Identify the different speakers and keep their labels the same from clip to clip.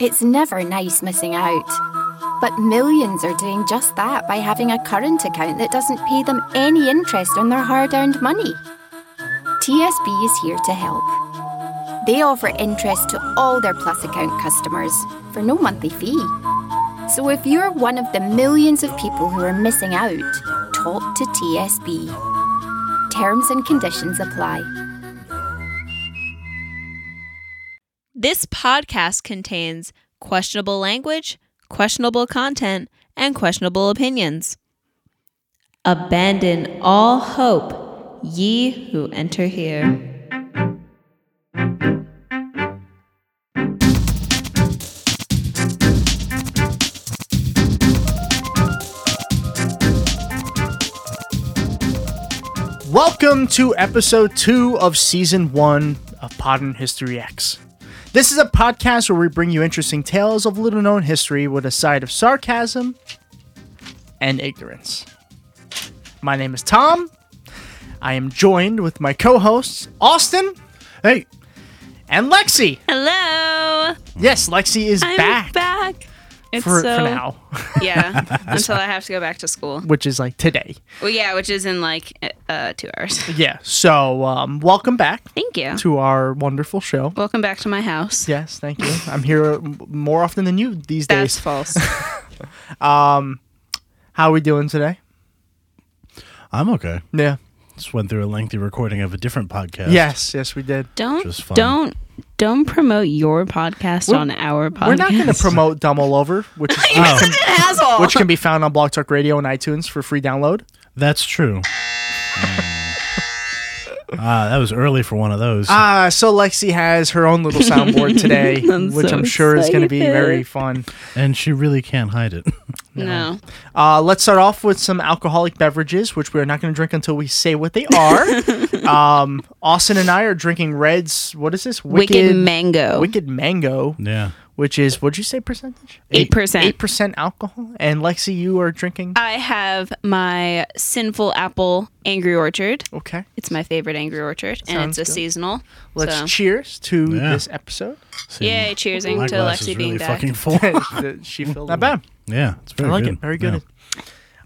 Speaker 1: It's never nice missing out. But millions are doing just that by having a current account that doesn't pay them any interest on their hard earned money. TSB is here to help. They offer interest to all their Plus account customers for no monthly fee. So if you're one of the millions of people who are missing out, talk to TSB. Terms and conditions apply.
Speaker 2: This podcast contains questionable language, questionable content, and questionable opinions. Abandon all hope, ye who enter here.
Speaker 3: Welcome to episode two of season one of Podden History X. This is a podcast where we bring you interesting tales of little known history with a side of sarcasm and ignorance. My name is Tom. I am joined with my co hosts, Austin. Hey. And Lexi.
Speaker 2: Hello,
Speaker 3: Yes, Lexi is
Speaker 2: I'm
Speaker 3: back,
Speaker 2: back. It's
Speaker 3: for,
Speaker 2: so
Speaker 3: for now,
Speaker 4: Yeah, until I have to go back to school.
Speaker 3: which is like today.
Speaker 4: Well, yeah, which is in like uh, two hours.
Speaker 3: Yeah. So, um, welcome back
Speaker 4: Thank you.
Speaker 3: to our wonderful show.
Speaker 4: Welcome back to my house.
Speaker 3: Yes, thank you. I'm here uh, m- more often than you these
Speaker 4: That's
Speaker 3: days.
Speaker 4: false.
Speaker 3: How are we doing today?
Speaker 5: I'm okay.
Speaker 3: Yeah.
Speaker 5: Just went through a lengthy recording of a different podcast.
Speaker 3: Yes, yes, we did.
Speaker 4: don't
Speaker 5: Just fine.
Speaker 4: don't don't promote your podcast
Speaker 3: We're-
Speaker 4: on our podcast.
Speaker 3: We're not going to promote Dumb All Over, which is,
Speaker 5: Oh,
Speaker 3: which, can,
Speaker 4: asshole.
Speaker 3: which can be found on Blog Talk Radio and iTunes for free download.
Speaker 5: That's true. Mm. Ah, that was early for one of those.
Speaker 3: Uh, so Lexi has her own little soundboard today,
Speaker 4: I'm
Speaker 3: which
Speaker 4: so
Speaker 3: I'm sure is going to be
Speaker 4: excited.
Speaker 3: very fun.
Speaker 5: and she really can't hide it.
Speaker 4: no.
Speaker 3: Uh, let's start off with some alcoholic beverages, which we are not going to drink until we say what they are. um, Austin and I are drinking Reds. What is this?
Speaker 4: Wicked, mango.
Speaker 3: Wicked Mango.
Speaker 5: yeah.
Speaker 3: which is what'd you say percentage?
Speaker 4: 8%.
Speaker 3: Eight percent alcohol. And Lexi, you are drinking.
Speaker 4: I have my sinful apple Angry Orchard.
Speaker 3: Okay.
Speaker 4: It's my favorite Angry Orchard, and
Speaker 3: Sounds
Speaker 4: it's a
Speaker 3: good.
Speaker 4: seasonal.
Speaker 3: Let's
Speaker 4: so.
Speaker 3: cheers to
Speaker 5: Yeah.
Speaker 3: this episode.
Speaker 5: See,
Speaker 4: Yay! Cheersing
Speaker 5: my
Speaker 4: to
Speaker 5: glass
Speaker 4: Lexi
Speaker 5: is
Speaker 4: being
Speaker 5: really
Speaker 4: back.
Speaker 5: fucking full.
Speaker 3: she filled. Not bad.
Speaker 5: yeah, it's very
Speaker 3: I like
Speaker 5: good.
Speaker 3: it. Very good.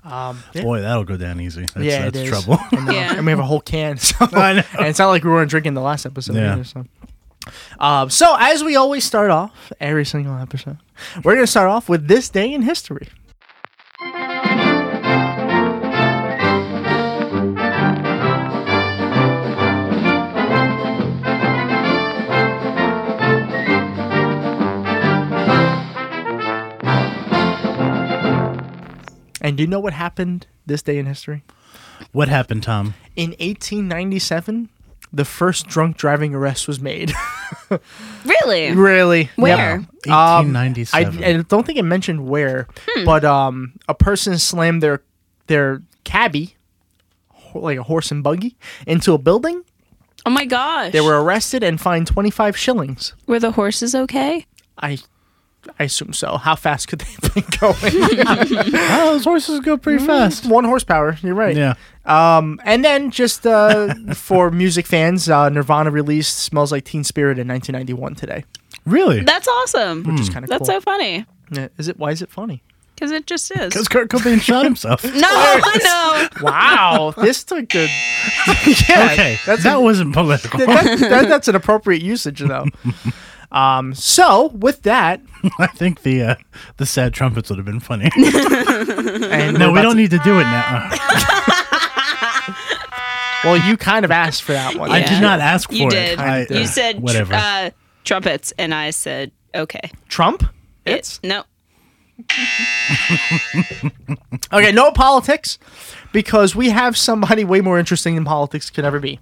Speaker 5: Yeah.
Speaker 3: Um, yeah.
Speaker 5: Boy, that'll go down easy. That's,
Speaker 3: Yeah, it is.
Speaker 5: that's trouble.
Speaker 4: Yeah.
Speaker 3: And we have a whole can. So.
Speaker 5: I know.
Speaker 3: And it's not like we weren't drinking the last episode
Speaker 5: Yeah.
Speaker 3: either. So. Um, so as we always start off every single episode, we're gonna start off with this day in history. And do you know what happened this day in history?
Speaker 5: What happened, Tom?
Speaker 3: In 1897, the first drunk driving arrest was made.
Speaker 4: Really?
Speaker 3: really?
Speaker 4: Where?
Speaker 3: Yep. Um, I,
Speaker 5: 1897.
Speaker 3: I don't think it mentioned where, but um, a person slammed their their cabbie, ho- like a horse and buggy, into a building.
Speaker 4: Oh my gosh!
Speaker 3: They were arrested and fined 25 shillings.
Speaker 4: were the horses okay?
Speaker 3: I. I assume so. How fast could they have been going?
Speaker 5: oh, those horses go pretty
Speaker 3: Mm,
Speaker 5: fast.
Speaker 3: One horsepower. You're right.
Speaker 5: Yeah.
Speaker 3: Um, and then just uh, for music fans, uh, Nirvana released "Smells Like Teen Spirit" in 1991 today,
Speaker 5: Really?
Speaker 4: That's awesome.
Speaker 3: which is kind of
Speaker 4: That's
Speaker 3: cool.
Speaker 4: so funny
Speaker 3: Yeah, Is it? Why is it funny?
Speaker 4: because it just is.
Speaker 5: Because Kurt Cobain shot himself.
Speaker 4: No, no.
Speaker 3: Wow, this took a yeah,
Speaker 5: okay.
Speaker 3: That's
Speaker 5: that wasn't political.
Speaker 3: that, that- that's an appropriate usage though. Um, so with that,
Speaker 5: I think the uh, the sad trumpets would have been funny.
Speaker 3: and
Speaker 5: no,
Speaker 3: we're
Speaker 5: we
Speaker 3: about
Speaker 5: don't
Speaker 3: to-
Speaker 5: need to do it now.
Speaker 3: Well, you kind of asked for that one.
Speaker 5: I
Speaker 4: Yeah.
Speaker 5: did not ask for
Speaker 4: You
Speaker 5: it.
Speaker 4: did.
Speaker 5: I-
Speaker 4: you
Speaker 5: uh,
Speaker 4: said tr-
Speaker 5: whatever.
Speaker 4: uh, trumpets, and I said okay.
Speaker 3: Trump.
Speaker 4: It's no.
Speaker 3: Okay, no politics, because we have somebody way more interesting than politics could ever be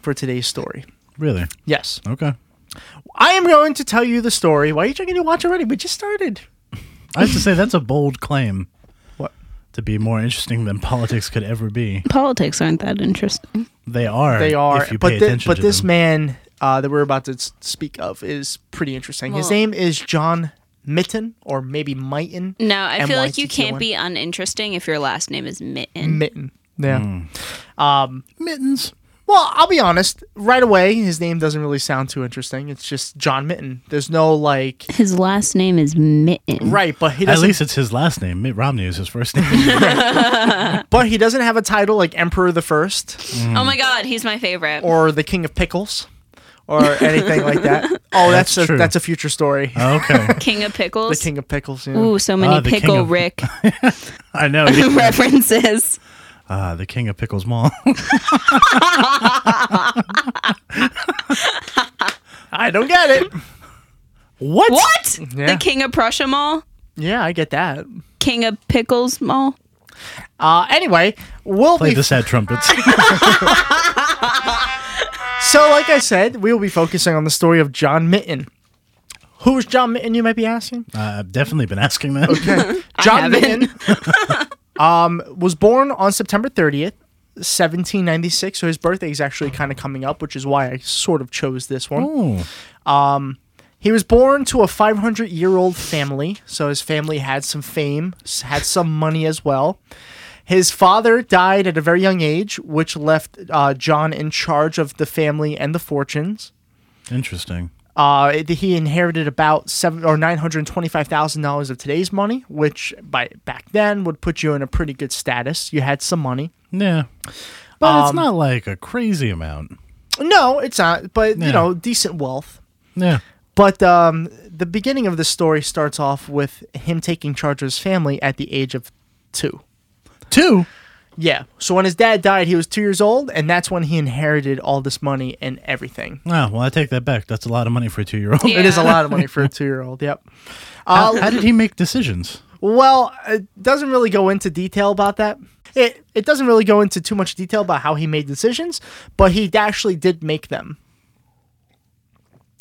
Speaker 3: for today's story.
Speaker 5: really?
Speaker 3: Yes,
Speaker 5: Okay.
Speaker 3: I am going to tell you the story. Why are you drinking your watch already? We just started.
Speaker 5: I have to say that's a bold claim
Speaker 3: What?
Speaker 5: to be more interesting than politics could ever be.
Speaker 4: Politics aren't that interesting.
Speaker 5: They are.
Speaker 3: They are,
Speaker 5: If you
Speaker 3: but
Speaker 5: pay
Speaker 3: thi-
Speaker 5: attention
Speaker 3: but
Speaker 5: to
Speaker 3: this
Speaker 5: them.
Speaker 3: man uh, that we're about to s- speak of is pretty interesting. His
Speaker 4: Well-
Speaker 3: name is John Mitten, or maybe Mitten.
Speaker 4: No, I feel like you
Speaker 3: M Y T T O N.
Speaker 4: can't be
Speaker 5: Hmm.
Speaker 4: uninteresting if your last name is Mitten.
Speaker 3: Mitten. Yeah.
Speaker 5: mittens.
Speaker 3: Well, I'll be honest. Right away, his name doesn't really sound too interesting. It's just John Mitten. There's no like
Speaker 4: His last name is Mitten.
Speaker 3: right, but he
Speaker 5: At
Speaker 3: doesn't.
Speaker 5: least it's his last name. Mitt Romney is his first name.
Speaker 3: but he doesn't have a title like Emperor the First
Speaker 4: Oh my god, he's my favorite.
Speaker 3: Mm. or the King of Pickles or anything like that. Oh, that's,
Speaker 5: That's
Speaker 3: a
Speaker 5: true. Uh,
Speaker 3: that's a future story.
Speaker 5: okay.
Speaker 4: King of
Speaker 3: the
Speaker 4: Pickles.
Speaker 3: King of Pickles. Yeah.
Speaker 4: Ooh, so many
Speaker 5: Ah, the king
Speaker 4: pickle
Speaker 5: of-
Speaker 4: Rick
Speaker 5: I know. yeah.
Speaker 4: references.
Speaker 5: Ah, the king of pickles mall.
Speaker 3: I don't get it.
Speaker 5: what?
Speaker 4: What?
Speaker 3: Yeah.
Speaker 4: The King of Prussia Mall?
Speaker 3: Yeah, I get that.
Speaker 4: King of Pickles Mall?
Speaker 3: Uh, anyway, we'll
Speaker 5: Play
Speaker 3: be
Speaker 5: the sad trumpets. Uh,
Speaker 3: so like I said, we will be focusing on the story of John Mitten. Who is John Mitten? You might be asking.
Speaker 5: Uh, I've definitely been asking that.
Speaker 3: John
Speaker 4: haven't.
Speaker 3: Mitten um, was born on September 30th, 1796. So his birthday is actually kind of coming up, which is why I sort of chose this one.
Speaker 5: Ooh.
Speaker 3: He was born to a 500 year old family. So his family had some fame, s- had some money as well. His father died at a very young age, which left uh, John in charge of the family and the fortunes.
Speaker 5: Interesting.
Speaker 3: Uh, it- he inherited about seven or nine hundred twenty-five thousand dollars of today's money, which by back then would put you in a pretty good status. You had some money.
Speaker 5: Yeah. But
Speaker 3: Um,
Speaker 5: it's not like a crazy amount.
Speaker 3: No, it's not, but
Speaker 5: Yeah.
Speaker 3: you know, decent wealth.
Speaker 5: Yeah.
Speaker 3: But um, the beginning of the story starts off with him taking charge of his family at the age of two.
Speaker 5: Two.
Speaker 3: Yeah. So when his dad died, he was two years old, and that's when he inherited all this money and everything.
Speaker 5: Oh, well, I take that back. That's a lot of money for a two year old.
Speaker 3: It is a
Speaker 4: Yeah.
Speaker 3: lot of money for a two-year-old. Yep. Uh,
Speaker 5: How, how did he make decisions?
Speaker 3: Well, it doesn't really go into detail about that. It it doesn't really go into too much detail about how he made decisions, but he actually did make them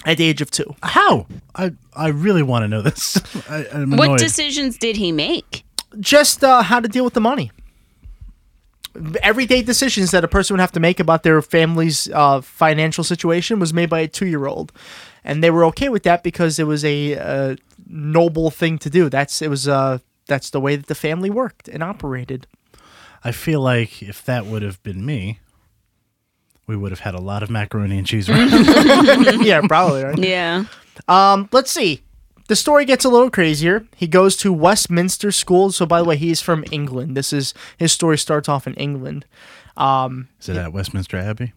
Speaker 3: at the age of two.
Speaker 5: How? I, I really want to know this. I, I'm
Speaker 4: What
Speaker 5: annoyed.
Speaker 4: decisions did he make?
Speaker 3: Just uh, how to deal with the money. Everyday decisions that a person would have to make about their family's uh, financial situation was made by a two-year-old, and they were okay with that because it was a uh, noble thing to do. That's it was uh, that's the way that the family worked and operated.
Speaker 5: I feel like if that would have been me, we would have had a lot of macaroni and cheese. around.
Speaker 3: yeah, probably right.
Speaker 4: Yeah.
Speaker 3: let's see. The story gets a little crazier. He goes to Westminster School. So, by the way, he's from England. This is his story starts off in England.
Speaker 5: Is it at Westminster Abbey?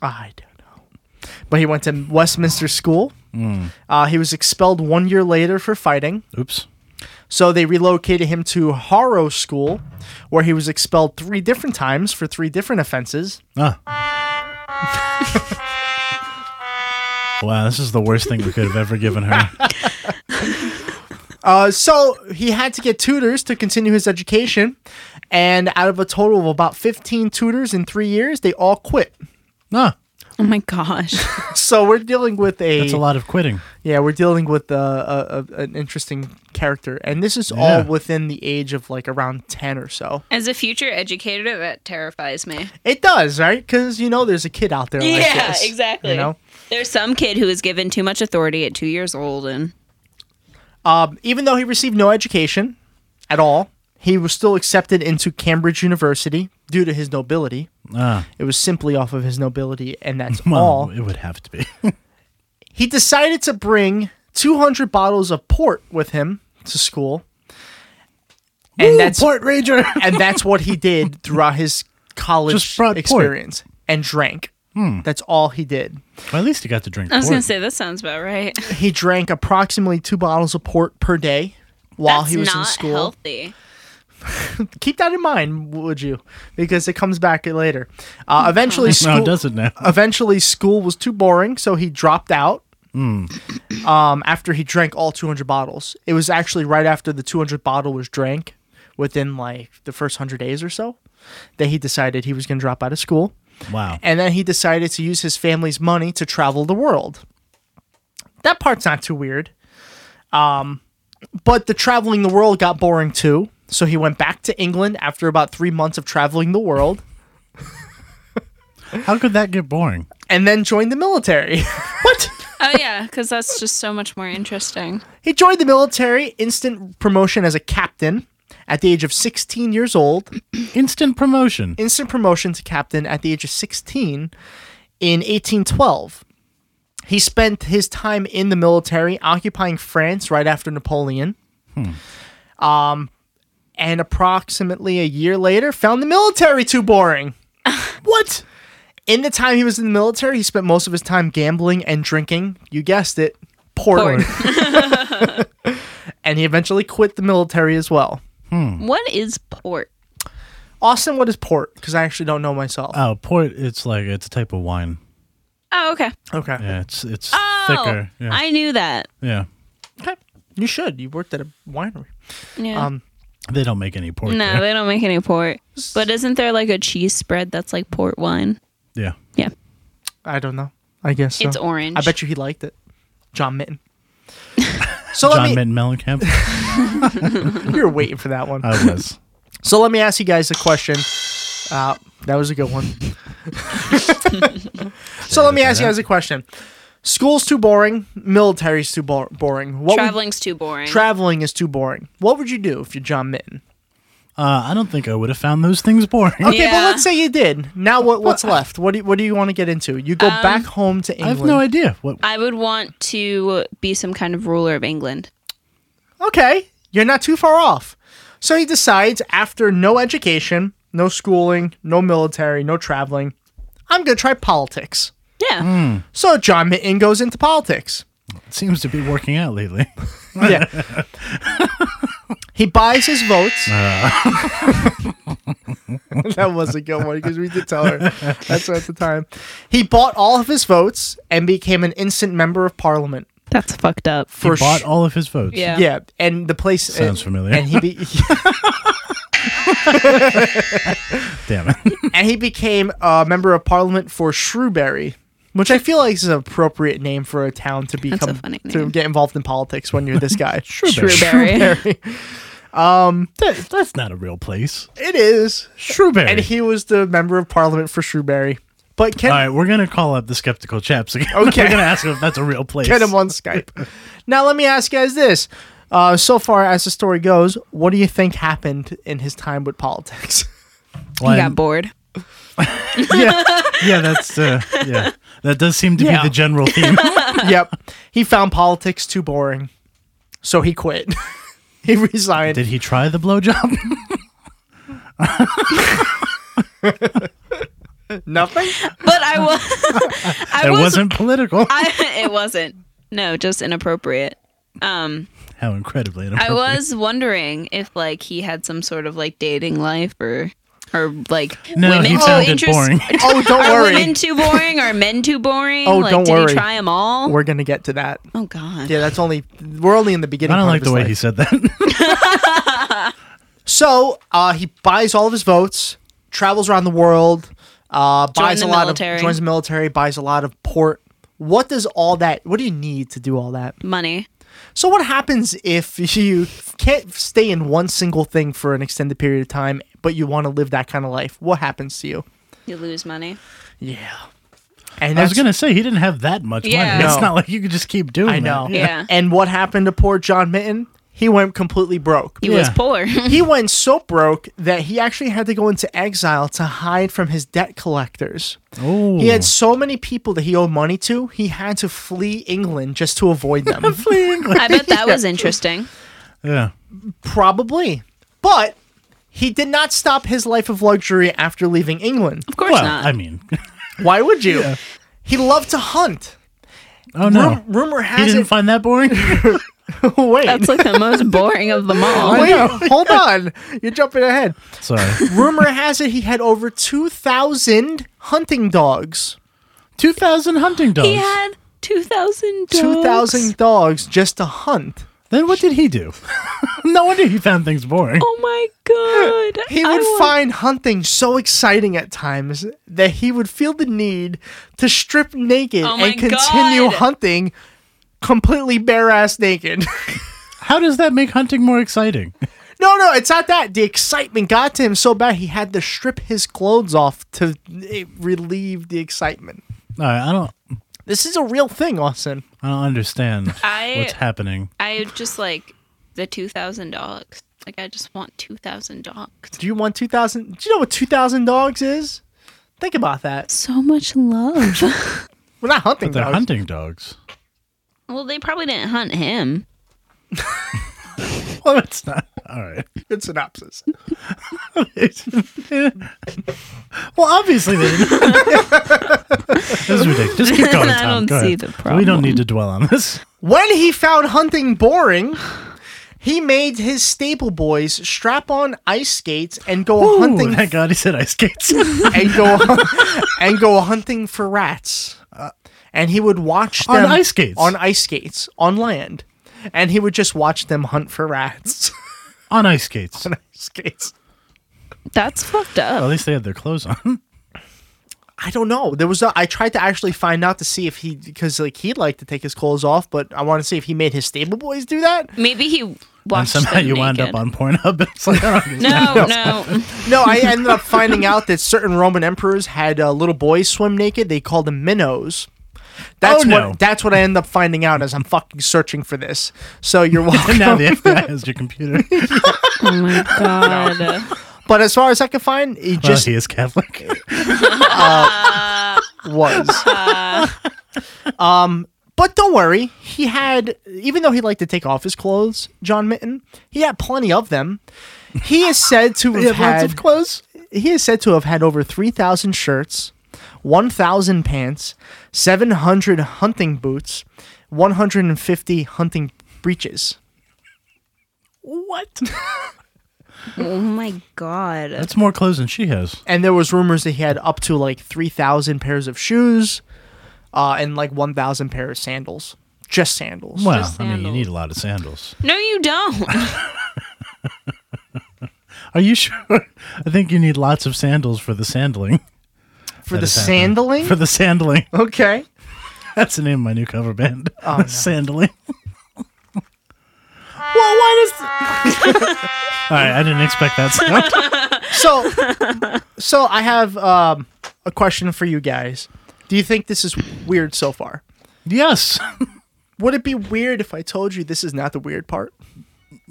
Speaker 3: I don't know, but he went to Westminster School.
Speaker 5: Hmm.
Speaker 3: Uh, he was expelled one year later for fighting.
Speaker 5: Oops.
Speaker 3: So they relocated him to Harrow School, where he was expelled three different times for three different offenses.
Speaker 5: Ah. wow, this is the worst thing we could have ever given her.
Speaker 3: Uh, so he had to get tutors to continue his education, and out of a total of about fifteen tutors in three years, they all quit.
Speaker 5: Ah,
Speaker 4: Oh my gosh.
Speaker 3: So we're dealing with a,
Speaker 5: that's a lot of quitting.
Speaker 3: yeah, we're dealing with uh, a, a, an interesting character, and this is all
Speaker 5: Yeah.
Speaker 3: within the age of like around ten or so.
Speaker 4: As a future educator, that terrifies me.
Speaker 3: It does, right? Because you know, there's a kid out there. like
Speaker 4: yeah,
Speaker 3: this,
Speaker 4: exactly.
Speaker 3: You know,
Speaker 4: There's some kid who was given too much authority at two years old, and
Speaker 3: um, even though he received no education at all, he was still accepted into Cambridge University due to his nobility.
Speaker 5: Ah,
Speaker 3: It was simply off of his nobility, and that's
Speaker 5: well,
Speaker 3: all.
Speaker 5: it would have to be.
Speaker 3: he decided to bring 200 bottles of port with him to school. And
Speaker 5: Ooh,
Speaker 3: that's
Speaker 5: Port Ranger.
Speaker 3: and that's what he did throughout his college
Speaker 5: Just brought port. Hmm.
Speaker 3: experience and drank. That's all he did.
Speaker 5: well, at least he got to drink.
Speaker 4: I was
Speaker 5: port.
Speaker 4: gonna say that sounds about right.
Speaker 3: He drank approximately two bottles of port per day while
Speaker 4: That's
Speaker 3: he was
Speaker 4: not
Speaker 3: in school.
Speaker 4: healthy.
Speaker 3: Keep that in mind, would you? Because it comes back later. Uh, eventually, school.
Speaker 5: No, it doesn't now.
Speaker 3: Uh, Eventually, school was too boring, so he dropped out.
Speaker 5: Hmm.
Speaker 3: Um, after he drank all 200 bottles, it was actually right after the 200 bottle was drank, within like the first hundred days or so, that he decided he was going to drop out of school.
Speaker 5: Wow.
Speaker 3: and then he decided to use his family's money to travel the world. That part's not too weird. Um, but the traveling the world got boring too, so he went back to England after about three months of traveling the world,
Speaker 5: How could that get boring?
Speaker 3: and then joined the military. what?
Speaker 4: Oh yeah, because that's just so much more interesting.
Speaker 3: He joined the military, instant promotion as a captain, at the age of 16 years old,
Speaker 5: Instant promotion.
Speaker 3: instant promotion to captain at the age of 16 in 1812. He spent his time in the military occupying France right after Napoleon. Um, and approximately a year later, found the military too boring. what? In the time he was in the military, he spent most of his time gambling and drinking. You guessed it, Portland. and he eventually quit the military as well. Hmm.
Speaker 4: What is port?
Speaker 3: Austin, what is port? Because I actually don't know myself.
Speaker 5: Oh, port. It's like it's a type of wine.
Speaker 4: Oh, okay.
Speaker 3: okay.
Speaker 5: Yeah, it's it's
Speaker 4: Oh,
Speaker 5: thicker. Yeah,
Speaker 4: I knew that.
Speaker 5: yeah.
Speaker 3: Okay. You should. You worked at a winery.
Speaker 4: Yeah.
Speaker 3: Um,
Speaker 5: They don't make any port.
Speaker 4: no,
Speaker 5: there.
Speaker 4: they don't make any port. But isn't there like a cheese spread that's like port wine?
Speaker 5: yeah.
Speaker 4: Yeah.
Speaker 3: I don't know. I guess so.
Speaker 4: It's orange.
Speaker 3: I bet you he liked it. John Mitten. so
Speaker 5: John
Speaker 3: let me.
Speaker 5: Minton Mellencamp.
Speaker 3: you were waiting for that one.
Speaker 5: I was.
Speaker 3: so let me ask you guys a question. Uh, that was a good one. so let me ask you guys a question. School's too boring. Military's too bo- boring. What would-
Speaker 4: Traveling's too boring.
Speaker 3: traveling is too boring. What would you do if you're John Mitten?
Speaker 5: Uh, I don't think I would have found those things boring.
Speaker 3: Okay, but
Speaker 4: Yeah.
Speaker 3: let's say you did. Now what? What's left? What do you, What do you want to get into? You
Speaker 4: Um,
Speaker 3: go back home to
Speaker 5: I
Speaker 3: England.
Speaker 5: have no idea what.
Speaker 4: I would want to be some kind of ruler of England.
Speaker 3: okay, you're not too far off. So he decides after no education, no schooling, no military, no traveling, I'm going to try politics.
Speaker 4: Yeah.
Speaker 3: So John Mitten goes into politics.
Speaker 5: It seems to be working out lately.
Speaker 3: Yeah. he buys his votes.
Speaker 5: Uh.
Speaker 3: that was a good one because we did tell her. That's at the time. He bought all of his votes and became an instant member of parliament.
Speaker 4: That's fucked up.
Speaker 5: he
Speaker 3: For
Speaker 5: bought
Speaker 3: sh-
Speaker 5: all of his votes.
Speaker 4: Yeah.
Speaker 3: Yeah, and the place
Speaker 5: Sounds
Speaker 3: and-
Speaker 5: familiar.
Speaker 3: And he, be-
Speaker 5: Damn it.
Speaker 3: and he became a member of parliament for Shrewsbury, which I feel like is an appropriate name for a town to
Speaker 4: That's a
Speaker 3: become
Speaker 4: funny
Speaker 3: to
Speaker 4: name.
Speaker 3: get involved in politics when you're this guy.
Speaker 4: Shrewsbury.
Speaker 3: Shrewsbury.
Speaker 5: That- that's not a real place.
Speaker 3: It is.
Speaker 5: Shrewberry.
Speaker 3: And he was the member of parliament for Shrewsbury. But can
Speaker 5: All right, we're gonna call up the skeptical chaps again.
Speaker 3: Okay.
Speaker 5: we're gonna ask him if that's a real place.
Speaker 3: get him on Skype. now let me ask you guys this. Uh, so far as the story goes, what do you think happened in his time with politics?
Speaker 5: Well,
Speaker 4: He
Speaker 5: I'm-
Speaker 4: got bored.
Speaker 5: yeah, yeah, that's uh, yeah. That does seem to
Speaker 3: Yeah.
Speaker 5: be the general theme.
Speaker 3: yep. He found politics too boring. So he quit. he resigned.
Speaker 5: Did he try the blowjob?
Speaker 3: Nothing?
Speaker 4: But I was. I
Speaker 5: It
Speaker 4: was.
Speaker 5: wasn't political.
Speaker 4: I, it wasn't. No, just inappropriate.
Speaker 5: How incredibly
Speaker 4: I
Speaker 5: inappropriate.
Speaker 4: was wondering if like he had some sort of like dating life or or like
Speaker 5: No,
Speaker 4: women
Speaker 5: he
Speaker 4: too
Speaker 5: sounded
Speaker 4: interest-
Speaker 5: boring.
Speaker 3: Oh, don't
Speaker 4: Are
Speaker 3: worry.
Speaker 4: women too boring? Are men too boring?
Speaker 3: Oh,
Speaker 4: like,
Speaker 3: don't
Speaker 4: did
Speaker 3: worry.
Speaker 4: he try them all?
Speaker 3: We're gonna get to that.
Speaker 4: oh God.
Speaker 3: Yeah, that's only we're only in the beginning.
Speaker 5: I don't
Speaker 3: part
Speaker 5: like
Speaker 3: of
Speaker 5: the
Speaker 3: his
Speaker 5: way
Speaker 3: life.
Speaker 5: he said that.
Speaker 3: So uh, he buys all of his votes, travels around the world, uh, buys
Speaker 4: the
Speaker 3: a lot
Speaker 4: military.
Speaker 3: of joins the military, buys a lot of port. What does all that? What do you need to do all that?
Speaker 4: Money.
Speaker 3: So what happens if you can't stay in one single thing for an extended period of time, but you want to live that kind of life? What happens to you?
Speaker 4: You lose money.
Speaker 3: Yeah, and
Speaker 5: I was
Speaker 3: that's-
Speaker 5: gonna say he didn't have that much
Speaker 4: Yeah.
Speaker 5: money. It's
Speaker 3: No.
Speaker 5: not like you could just keep doing.
Speaker 3: I know.
Speaker 5: That.
Speaker 4: Yeah.
Speaker 3: And what happened to poor John Mitten? He went completely broke.
Speaker 4: He was
Speaker 5: Yeah.
Speaker 4: poor.
Speaker 3: he went so broke that he actually had to go into exile to hide from his debt collectors.
Speaker 5: Oh,
Speaker 3: He had so many people that he owed money to, he had to flee England just to avoid them.
Speaker 4: I bet that was interesting.
Speaker 5: yeah.
Speaker 3: Probably. But he did not stop his life of luxury after leaving England.
Speaker 4: Of course
Speaker 5: Well,
Speaker 4: not.
Speaker 5: I mean,
Speaker 3: Why would you? He loved to hunt.
Speaker 5: oh no,
Speaker 3: Rum- rumor
Speaker 5: he
Speaker 3: has it.
Speaker 5: didn't
Speaker 3: Oh,
Speaker 5: find that boring.
Speaker 3: wait,
Speaker 4: That's like the most boring of them all.
Speaker 3: wait, hold on. You're jumping ahead.
Speaker 5: Sorry,
Speaker 3: Rumor has it he had over 2,000 hunting dogs.
Speaker 5: two thousand hunting dogs.
Speaker 4: He had two thousand.
Speaker 3: 2,000 dogs just to hunt.
Speaker 5: Then what did he do? no wonder he found things boring.
Speaker 4: Oh my god.
Speaker 3: He
Speaker 4: I
Speaker 3: would
Speaker 4: want-
Speaker 3: find hunting so exciting at times that he would feel the need to strip naked
Speaker 4: Oh my
Speaker 3: and continue
Speaker 4: God.
Speaker 3: hunting completely bare ass naked.
Speaker 5: How does that make hunting more exciting?
Speaker 3: no, no, it's not that. The excitement got to him so bad he had to strip his clothes off to eh, relieve the excitement.
Speaker 5: All right, I don't,
Speaker 3: This is a real thing, Austin.
Speaker 5: I don't understand
Speaker 4: I-
Speaker 5: what's happening.
Speaker 4: I just like the two thousand dogs. Like I just want two thousand dogs.
Speaker 3: Do you want 2,000? Do you know what 2,000 dogs is? Think about that.
Speaker 4: So much love.
Speaker 3: We're not hunting
Speaker 5: But they're
Speaker 3: dogs.
Speaker 5: hunting dogs.
Speaker 4: well, they probably didn't hunt him.
Speaker 5: Well, it's not. All right.
Speaker 3: Good synopsis.
Speaker 5: Well, obviously they didn't. this is ridiculous. Just keep going, Tom.
Speaker 4: I don't
Speaker 5: Go
Speaker 4: see
Speaker 5: ahead.
Speaker 4: the
Speaker 5: We don't
Speaker 4: problem.
Speaker 5: need to dwell on this.
Speaker 3: When he found hunting boring, he made his stable boys strap on ice skates and go
Speaker 5: Ooh,
Speaker 3: hunting
Speaker 5: thank God he said ice skates.
Speaker 3: and go and go hunting for rats. Uh, And he would watch
Speaker 5: On
Speaker 3: them
Speaker 5: ice skates?
Speaker 3: on ice skates on land, and he would just watch them hunt for rats
Speaker 5: on ice skates.
Speaker 3: on ice skates.
Speaker 4: That's fucked
Speaker 5: At
Speaker 4: up.
Speaker 5: least they had their clothes on.
Speaker 3: I don't know. There was a, I tried to actually find out to see if he because like he'd like to take his clothes off, but I want to see if he made his stable boys do that.
Speaker 4: Maybe he
Speaker 5: and
Speaker 4: watched
Speaker 5: somehow
Speaker 4: them
Speaker 5: you wound up
Speaker 4: naked.
Speaker 5: on Pornhub. It's like, oh, I don't
Speaker 4: No, no.
Speaker 3: No, I ended up finding out that certain Roman emperors had uh, little boys swim naked. They called them minnows. That's
Speaker 5: Oh,
Speaker 3: what
Speaker 5: no.
Speaker 3: that's what I end up finding out as I'm fucking searching for this. So you're welcome.
Speaker 5: and now the FBI has your computer.
Speaker 4: oh my god.
Speaker 3: But as far as I could find, it
Speaker 5: Well,
Speaker 3: just
Speaker 5: he is Catholic.
Speaker 3: was. um,
Speaker 5: Uh.
Speaker 3: but don't worry, he had even though he liked to take off his clothes, John Mitten, he had plenty of them. He is said to have
Speaker 5: He had
Speaker 3: had
Speaker 5: lots of clothes.
Speaker 3: he is said to have had over 3,000 shirts, 1,000 pants, 700 hunting boots, 150 hunting breeches.
Speaker 5: What?
Speaker 4: Oh my god.
Speaker 5: That's more clothes than she has.
Speaker 3: And there was rumors that he had up to like 3,000 pairs of shoes uh, and like 1,000 pair of sandals. Just sandals.
Speaker 5: Well,
Speaker 4: Just
Speaker 5: I mean, you
Speaker 4: sandals.
Speaker 5: need a lot of sandals.
Speaker 4: No, you don't.
Speaker 5: Are you sure? I think you need lots of sandals for the sandling.
Speaker 3: For
Speaker 5: That
Speaker 3: the
Speaker 5: is happening.
Speaker 3: sandaling?
Speaker 5: For the sandling.
Speaker 3: okay.
Speaker 5: That's the name of my new cover band.
Speaker 3: Oh,
Speaker 5: Oh,
Speaker 3: no.
Speaker 5: Sandling. well, why does. All right, I didn't expect that sound.
Speaker 3: So, so I have um, a question for you guys. Do you think this is weird so far?
Speaker 5: yes.
Speaker 3: Would it be weird if I told you this is not the weird part?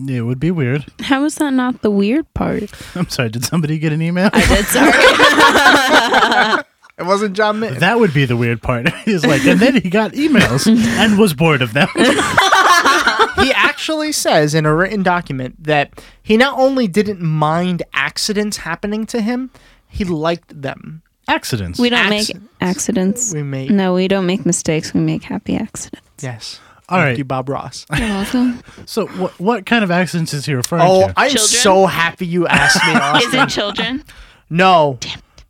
Speaker 5: It would be weird.
Speaker 4: How is that not the weird part?
Speaker 5: I'm sorry, did somebody get an email?
Speaker 4: That's sorry.
Speaker 3: It wasn't John Mitten.
Speaker 5: That would be the weird part. He's like, and then he got emails and was bored of them.
Speaker 3: he actually says in a written document that he not only didn't mind accidents happening to him, he liked them.
Speaker 5: Accidents.
Speaker 4: We don't make
Speaker 3: Accidents.
Speaker 4: accidents.
Speaker 3: We make
Speaker 4: No, we don't make mistakes. We make happy accidents.
Speaker 3: yes.
Speaker 5: All
Speaker 3: Thank
Speaker 5: right.
Speaker 3: you, Bob Ross.
Speaker 4: You're welcome.
Speaker 5: So, what what kind of accidents is he referring
Speaker 3: Oh,
Speaker 5: to?
Speaker 3: I'm
Speaker 4: Children?
Speaker 3: so happy you asked me. Austin.
Speaker 4: Is it children?
Speaker 3: No,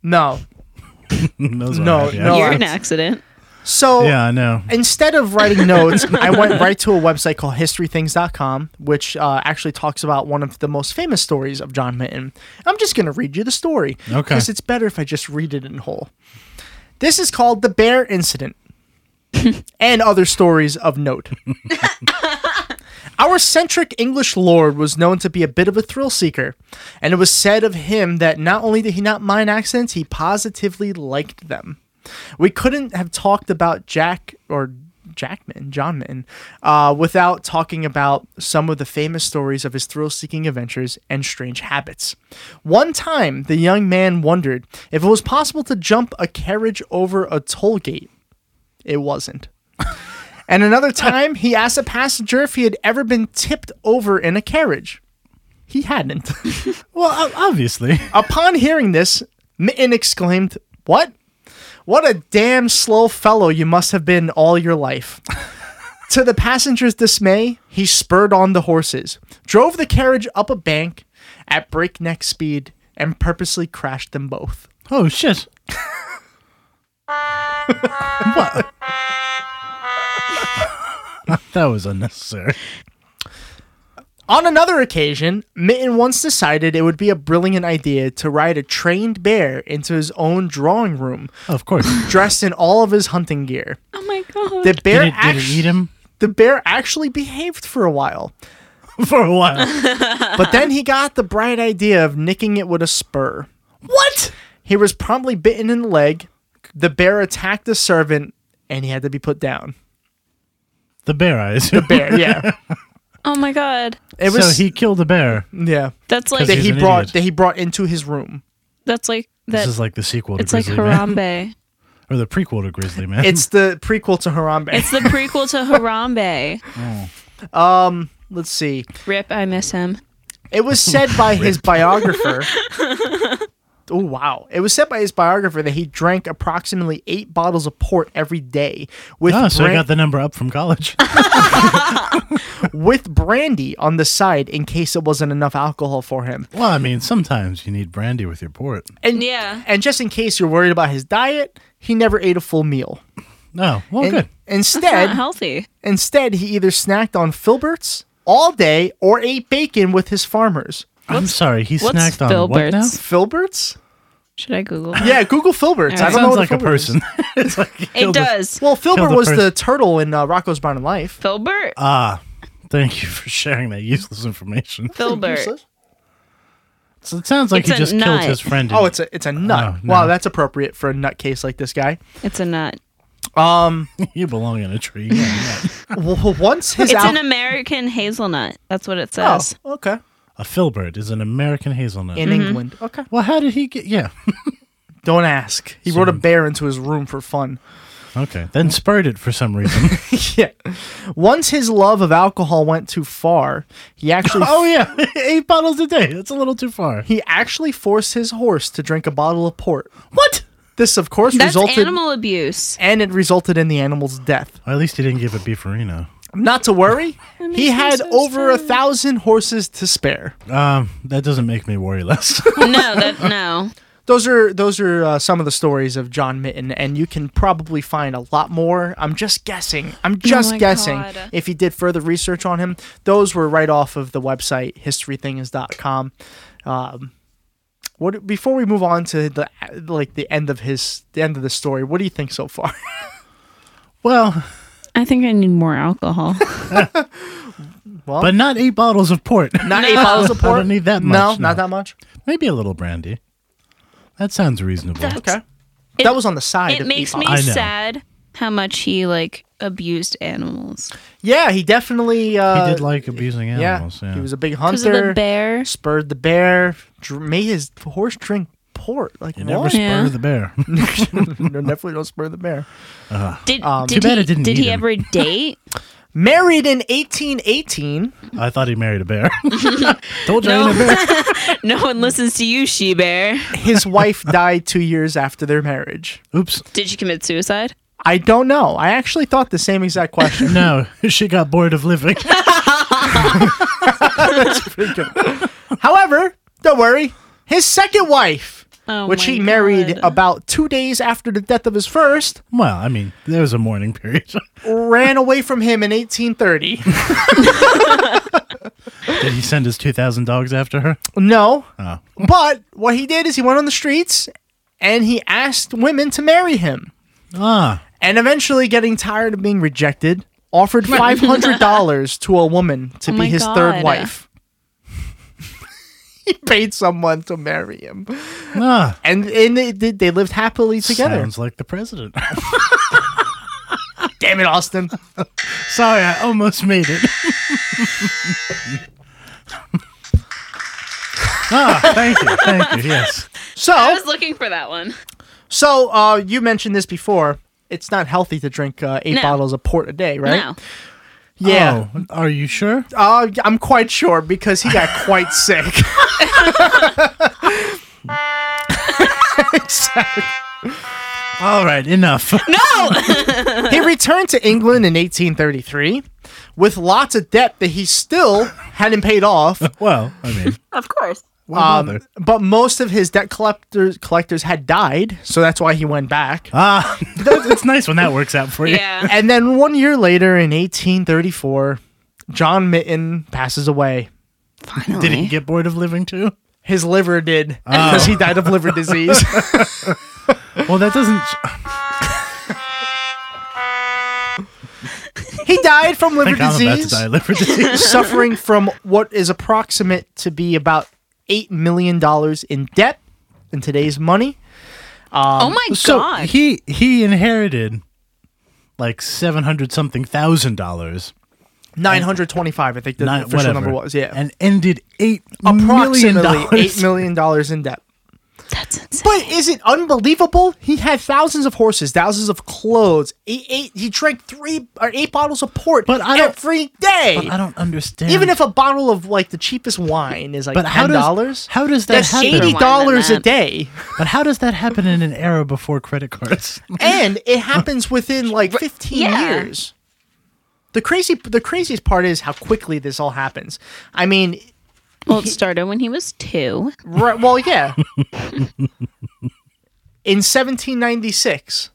Speaker 3: no,
Speaker 5: Those
Speaker 3: no,
Speaker 5: aren't happy
Speaker 3: no.
Speaker 4: You're an
Speaker 5: accidents.
Speaker 4: accident.
Speaker 3: So
Speaker 5: Yeah, I know.
Speaker 3: instead of writing notes, I went right to a website called historythings.com, which uh, actually talks about one of the most famous stories of John Minton. I'm just going to read you the story.
Speaker 5: Okay.
Speaker 3: Because it's better if I just read it in whole. This is called The Bear Incident and other stories of note. Our centric English lord was known to be a bit of a thrill seeker, and it was said of him that not only did he not mind accents, he positively liked them. We couldn't have talked about Jack or Jackman, Johnman, uh, without talking about some of the famous stories of his thrill seeking adventures and strange habits. One time, the young man wondered if it was possible to jump a carriage over a toll gate. It wasn't. And another time, he asked a passenger if he had ever been tipped over in a carriage. He hadn't.
Speaker 5: Well, ob- obviously.
Speaker 3: Upon hearing this, Mitten exclaimed, What? What a damn slow fellow you must have been all your life. to the passenger's dismay, he spurred on the horses, drove the carriage up a bank at breakneck speed, and purposely crashed them both.
Speaker 5: Oh shit. what? that was unnecessary.
Speaker 3: On another occasion, Mitten once decided it would be a brilliant idea to ride a trained bear into his own drawing room,
Speaker 5: Of course.
Speaker 3: dressed in all of his hunting gear.
Speaker 4: Oh my god.
Speaker 3: The bear,
Speaker 5: Did it, did it
Speaker 3: act-
Speaker 5: eat him
Speaker 3: the bear actually behaved for a while,
Speaker 5: for a while?
Speaker 3: but then he got the bright idea of nicking it with a spur.
Speaker 5: what?
Speaker 3: He was promptly bitten in the leg. The bear attacked the servant, and he had to be put down.
Speaker 5: The bear, I assume.
Speaker 3: Bear, yeah.
Speaker 4: oh my god.
Speaker 3: It was
Speaker 5: so he killed a bear.
Speaker 3: yeah
Speaker 4: That's like
Speaker 5: 'Cause
Speaker 3: that
Speaker 5: he's
Speaker 3: he
Speaker 5: an
Speaker 3: brought
Speaker 5: idiot.
Speaker 3: that he brought into his room.
Speaker 4: that's like
Speaker 5: this
Speaker 4: that
Speaker 5: is like the sequel to
Speaker 4: it's like
Speaker 5: Grizzly Man.
Speaker 4: Harambe.
Speaker 5: Or the prequel to Grizzly Man.
Speaker 3: It's the prequel to Harambe.
Speaker 4: it's the prequel to Harambe.
Speaker 3: Let's see.
Speaker 4: Rip, I miss him.
Speaker 3: It was said by his biographer. Oh wow! It was said by his biographer that he drank approximately eight bottles of port every day, with
Speaker 5: Oh, so I
Speaker 3: bran-
Speaker 5: got the number up from college.
Speaker 3: with brandy on the side in case it wasn't enough alcohol for him,
Speaker 5: well, I mean, sometimes you need brandy with your port.
Speaker 3: and
Speaker 4: Yeah.
Speaker 3: and just in case you're worried about his diet, he never ate a full meal.
Speaker 5: No, Oh, well,
Speaker 3: In-
Speaker 5: good.
Speaker 3: Instead,
Speaker 4: Not healthy.
Speaker 3: instead he either snacked on filberts all day or ate bacon with his farmers.
Speaker 5: I'm sorry, he
Speaker 4: what's
Speaker 5: snacked on what now?
Speaker 4: Filberts?
Speaker 3: filberts?
Speaker 4: Should I Google?
Speaker 3: Yeah, Google filberts. I don't
Speaker 5: That
Speaker 3: know
Speaker 5: sounds
Speaker 3: what
Speaker 5: like a
Speaker 3: filbert is.
Speaker 5: person. it's like he
Speaker 4: It
Speaker 5: killed a-
Speaker 4: does.
Speaker 3: Well, Filbert
Speaker 5: the
Speaker 3: was
Speaker 5: person.
Speaker 3: the turtle in uh, Rocco's Modern Life.
Speaker 4: Filbert.
Speaker 5: Ah, thank you for sharing that useless information.
Speaker 4: Filbert.
Speaker 5: So it sounds like
Speaker 4: It's
Speaker 5: he
Speaker 4: a
Speaker 5: just killed
Speaker 4: nut.
Speaker 5: his friend.
Speaker 3: Oh, it's a it's a nut.
Speaker 5: Oh, no.
Speaker 3: Wow, that's appropriate for a nutcase like this guy.
Speaker 4: It's a nut.
Speaker 3: Um,
Speaker 5: you belong in a tree. Yeah, yeah.
Speaker 3: w- once his
Speaker 4: It's
Speaker 3: al-
Speaker 4: an American hazelnut. That's what it
Speaker 3: oh,
Speaker 4: says.
Speaker 3: okay
Speaker 5: a filbert is an American hazelnut.
Speaker 3: in England. Okay,
Speaker 5: well, how did he get? Yeah,
Speaker 3: don't ask. He wrote a bear into his room for fun.
Speaker 5: okay. Then spurred it for some reason.
Speaker 3: yeah. Once his love of alcohol went too far, he actually
Speaker 5: oh yeah, eight bottles a day. That's a little too far.
Speaker 3: he actually forced his horse to drink a bottle of port.
Speaker 5: What?
Speaker 3: This, of course,
Speaker 4: That's
Speaker 3: resulted
Speaker 4: animal abuse.
Speaker 3: and it resulted in the animal's death.
Speaker 5: Or at least he didn't give it beefarino.
Speaker 3: Not to worry, he had
Speaker 4: so
Speaker 3: over a thousand horses to spare.
Speaker 5: Um, that doesn't make me worry less.
Speaker 4: no, that no.
Speaker 3: those are those are uh, some of the stories of John Mitten, and you can probably find a lot more. I'm just guessing. I'm just
Speaker 4: Oh my
Speaker 3: guessing.
Speaker 4: God.
Speaker 3: If you did further research on him, those were right off of the website historythingis.com. Um, what before we move on to the like the end of his the end of the story, what do you think so far?
Speaker 5: well,
Speaker 4: I think I need more alcohol.
Speaker 5: but not eight bottles of port.
Speaker 3: Not eight bottles of
Speaker 5: I don't
Speaker 3: port.
Speaker 5: need that
Speaker 3: No,
Speaker 5: much, no.
Speaker 3: not that much.
Speaker 5: Maybe a little brandy. That sounds reasonable.
Speaker 3: Okay, that was on the side.
Speaker 4: it
Speaker 3: of
Speaker 4: makes
Speaker 3: eight
Speaker 4: me
Speaker 5: I know.
Speaker 3: bottles.
Speaker 4: sad how much he like abused animals
Speaker 3: Yeah, he definitely.
Speaker 5: He
Speaker 3: Uh,
Speaker 5: did like abusing
Speaker 3: yeah,
Speaker 5: animals. Yeah,
Speaker 3: he was a big
Speaker 4: because of the
Speaker 3: hunter.
Speaker 4: bear.
Speaker 3: spurred the bear, dr- made his horse drink port. Like
Speaker 5: You
Speaker 3: what?
Speaker 5: never spur
Speaker 4: Yeah.
Speaker 5: the bear.
Speaker 3: no, definitely don't spur the bear.
Speaker 4: Did,
Speaker 5: Too
Speaker 4: did
Speaker 5: bad
Speaker 4: he,
Speaker 5: it didn't
Speaker 4: did
Speaker 5: eat
Speaker 4: he
Speaker 5: him.
Speaker 4: ever date?
Speaker 3: Married in 1818.
Speaker 5: I thought he married a bear. Told you I
Speaker 4: No.
Speaker 5: ain't a bear.
Speaker 4: no one listens to you, she bear.
Speaker 3: His wife died two years after their marriage.
Speaker 5: Oops.
Speaker 4: Did you commit suicide?
Speaker 3: I don't know. I actually thought the same exact question.
Speaker 5: No, she got bored of living.
Speaker 3: However, don't worry. His second wife,
Speaker 4: Oh
Speaker 3: which
Speaker 4: my
Speaker 3: he married
Speaker 4: God.
Speaker 3: about two days after the death of his first,
Speaker 5: well, I mean, there was a mourning period.
Speaker 3: ran away from him in 1830.
Speaker 5: Did he send his 2,000 dogs after her?
Speaker 3: No.
Speaker 5: Oh.
Speaker 3: But what he did is he went on the streets and he asked women to marry him.
Speaker 5: Ah,
Speaker 3: and eventually getting tired of being rejected, offered $500 to a woman to
Speaker 4: Oh
Speaker 3: be
Speaker 4: my
Speaker 3: his third
Speaker 4: God.
Speaker 3: wife. he paid someone to marry him.
Speaker 5: ah.
Speaker 3: And, and they, they they lived happily together.
Speaker 5: Sounds like the president.
Speaker 3: Damn it, Austin.
Speaker 5: Sorry, I almost made it. ah, thank you, thank you. Yes,
Speaker 4: I
Speaker 3: So,
Speaker 4: was looking for that one.
Speaker 3: so uh, you mentioned this before. It's not healthy to drink uh, eight
Speaker 4: No.
Speaker 3: bottles of port a day, right?
Speaker 4: No.
Speaker 3: Yeah.
Speaker 5: Oh, are you sure?
Speaker 3: Uh, I'm quite sure because he got quite sick.
Speaker 5: All right, enough.
Speaker 3: He returned to England in 1833 with lots of debt that he still hadn't paid off.
Speaker 5: well, I mean,
Speaker 4: Of course.
Speaker 5: why
Speaker 3: Um,
Speaker 5: bother?
Speaker 3: but most of his debt collectors collectors had died, so that's why he went back.
Speaker 5: Ah, it's nice when that works out for you.
Speaker 4: Yeah.
Speaker 3: And then one year later, in 1834, John Mitten passes away.
Speaker 5: Did he get bored of living too?
Speaker 3: His liver did
Speaker 5: Ah.
Speaker 3: because he died of liver disease.
Speaker 5: Well, that doesn't.
Speaker 3: he died from liver
Speaker 5: Think I'm about to
Speaker 3: disease,
Speaker 5: die of liver disease.
Speaker 3: suffering from what is approximate to be about eight million dollars in debt in today's money.
Speaker 4: oh my
Speaker 5: Um, so
Speaker 4: god.
Speaker 5: he he inherited like seven hundred something thousand dollars
Speaker 3: 925, I think the
Speaker 5: Nine-
Speaker 3: official
Speaker 5: whatever.
Speaker 3: number was. Yeah.
Speaker 5: And ended eight million
Speaker 3: Approximately
Speaker 5: dollars.
Speaker 3: $8 million in debt.
Speaker 4: That's insane.
Speaker 3: But is it unbelievable? He had thousands of horses, thousands of clothes. He ate, he drank three or eight bottles of port
Speaker 5: But I don't-
Speaker 3: every day.
Speaker 5: But I don't understand.
Speaker 3: Even if a bottle of like the cheapest wine is like
Speaker 5: but how
Speaker 3: ten
Speaker 5: does
Speaker 3: dollars,
Speaker 5: how does that
Speaker 3: that's
Speaker 5: happen?
Speaker 3: eighty dollars a
Speaker 4: Wine than that.
Speaker 3: day,
Speaker 5: But how does that happen in an era before credit cards?
Speaker 3: and it happens within like fifteen
Speaker 4: yeah.
Speaker 3: years. The crazy, the craziest part is how quickly this all happens. I mean,
Speaker 4: Well, it started when he was two.
Speaker 3: Right. Well, yeah. In 1796,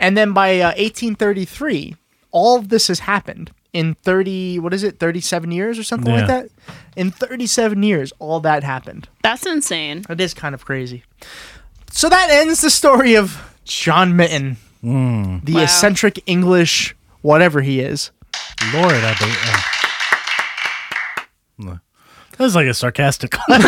Speaker 3: and then by uh, 1833, all of this has happened in 30. What is it? 37 years or something like
Speaker 5: Yeah.
Speaker 3: that. In 37 years, all that happened.
Speaker 4: That's insane.
Speaker 3: It is kind of crazy. So that ends the story of John Mitten, the
Speaker 4: Wow.
Speaker 3: eccentric English whatever he is.
Speaker 5: Lord, I believe. Oh. No. That was like a sarcastic clap.